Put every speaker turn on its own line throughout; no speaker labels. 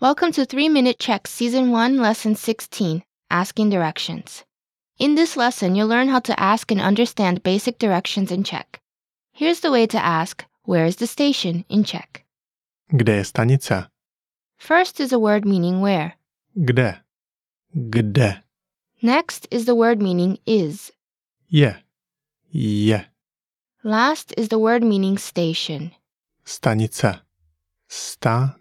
Welcome to 3 Minute Check Season 1, Lesson 16 Asking Directions. In this lesson, you'll learn how to ask and understand basic directions in Czech. Here's the way to ask, Where is the station in Czech?
Kde je stanice?
First is a word meaning where.
Kde? Kde
Next is the word meaning is.
je? Je
Last is the word meaning station.
stanice. Stanice.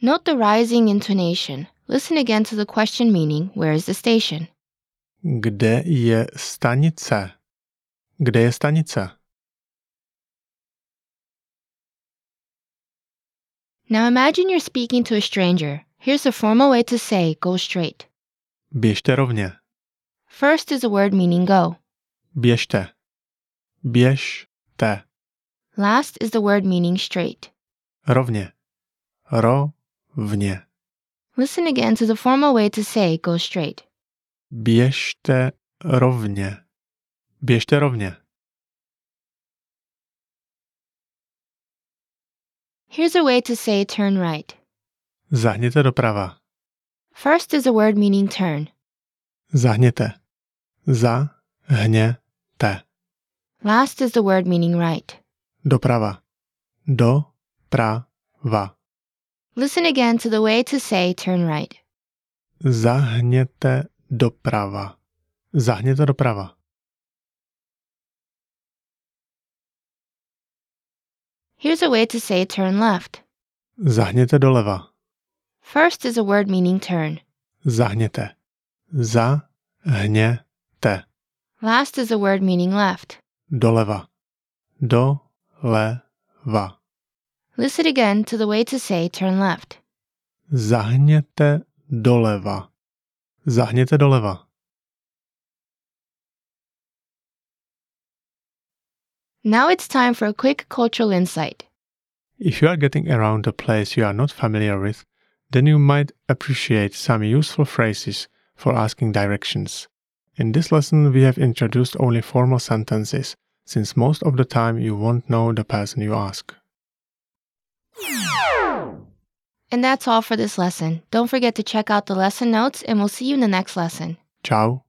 Note the rising intonation. Listen again to the question meaning, Where is the station?
Kde je stanice? Kde je stanice?
Now imagine you're speaking to a stranger. Here's a formal way to say, Go straight.
Běžte rovně.
First is a word meaning go.
Běžte. Běžte.
Last is the word meaning straight.
Rovně. Rovně.
Listen again to the formal way to say go straight.
Běžte rovně. Běžte rovně.
Here's a way to say turn right.
Zahněte doprava.
First is a word meaning turn.
Zahněte. Zahněte.
Last is the word meaning right.
Doprava. Doprava.
Listen again to the way to say turn right.
Zahněte doprava. Zahněte doprava.
Here's a way to say turn left.
Zahněte doleva.
First is a word meaning turn.
Zahněte. Zahněte.
Last is a word meaning left.
Doleva. Doleva.
Listen again to the way to say turn left.
Zahněte doleva. Zahněte doleva.
Now it's time for a quick cultural insight.
If you are getting around a place you are not familiar with, then you might appreciate some useful phrases for asking directions. In this lesson, we have introduced only formal sentences, since most of the time you won't know the person you ask.
And that's all for this lesson. Don't forget to check out the lesson notes, and we'll see you in the next lesson.
Ciao!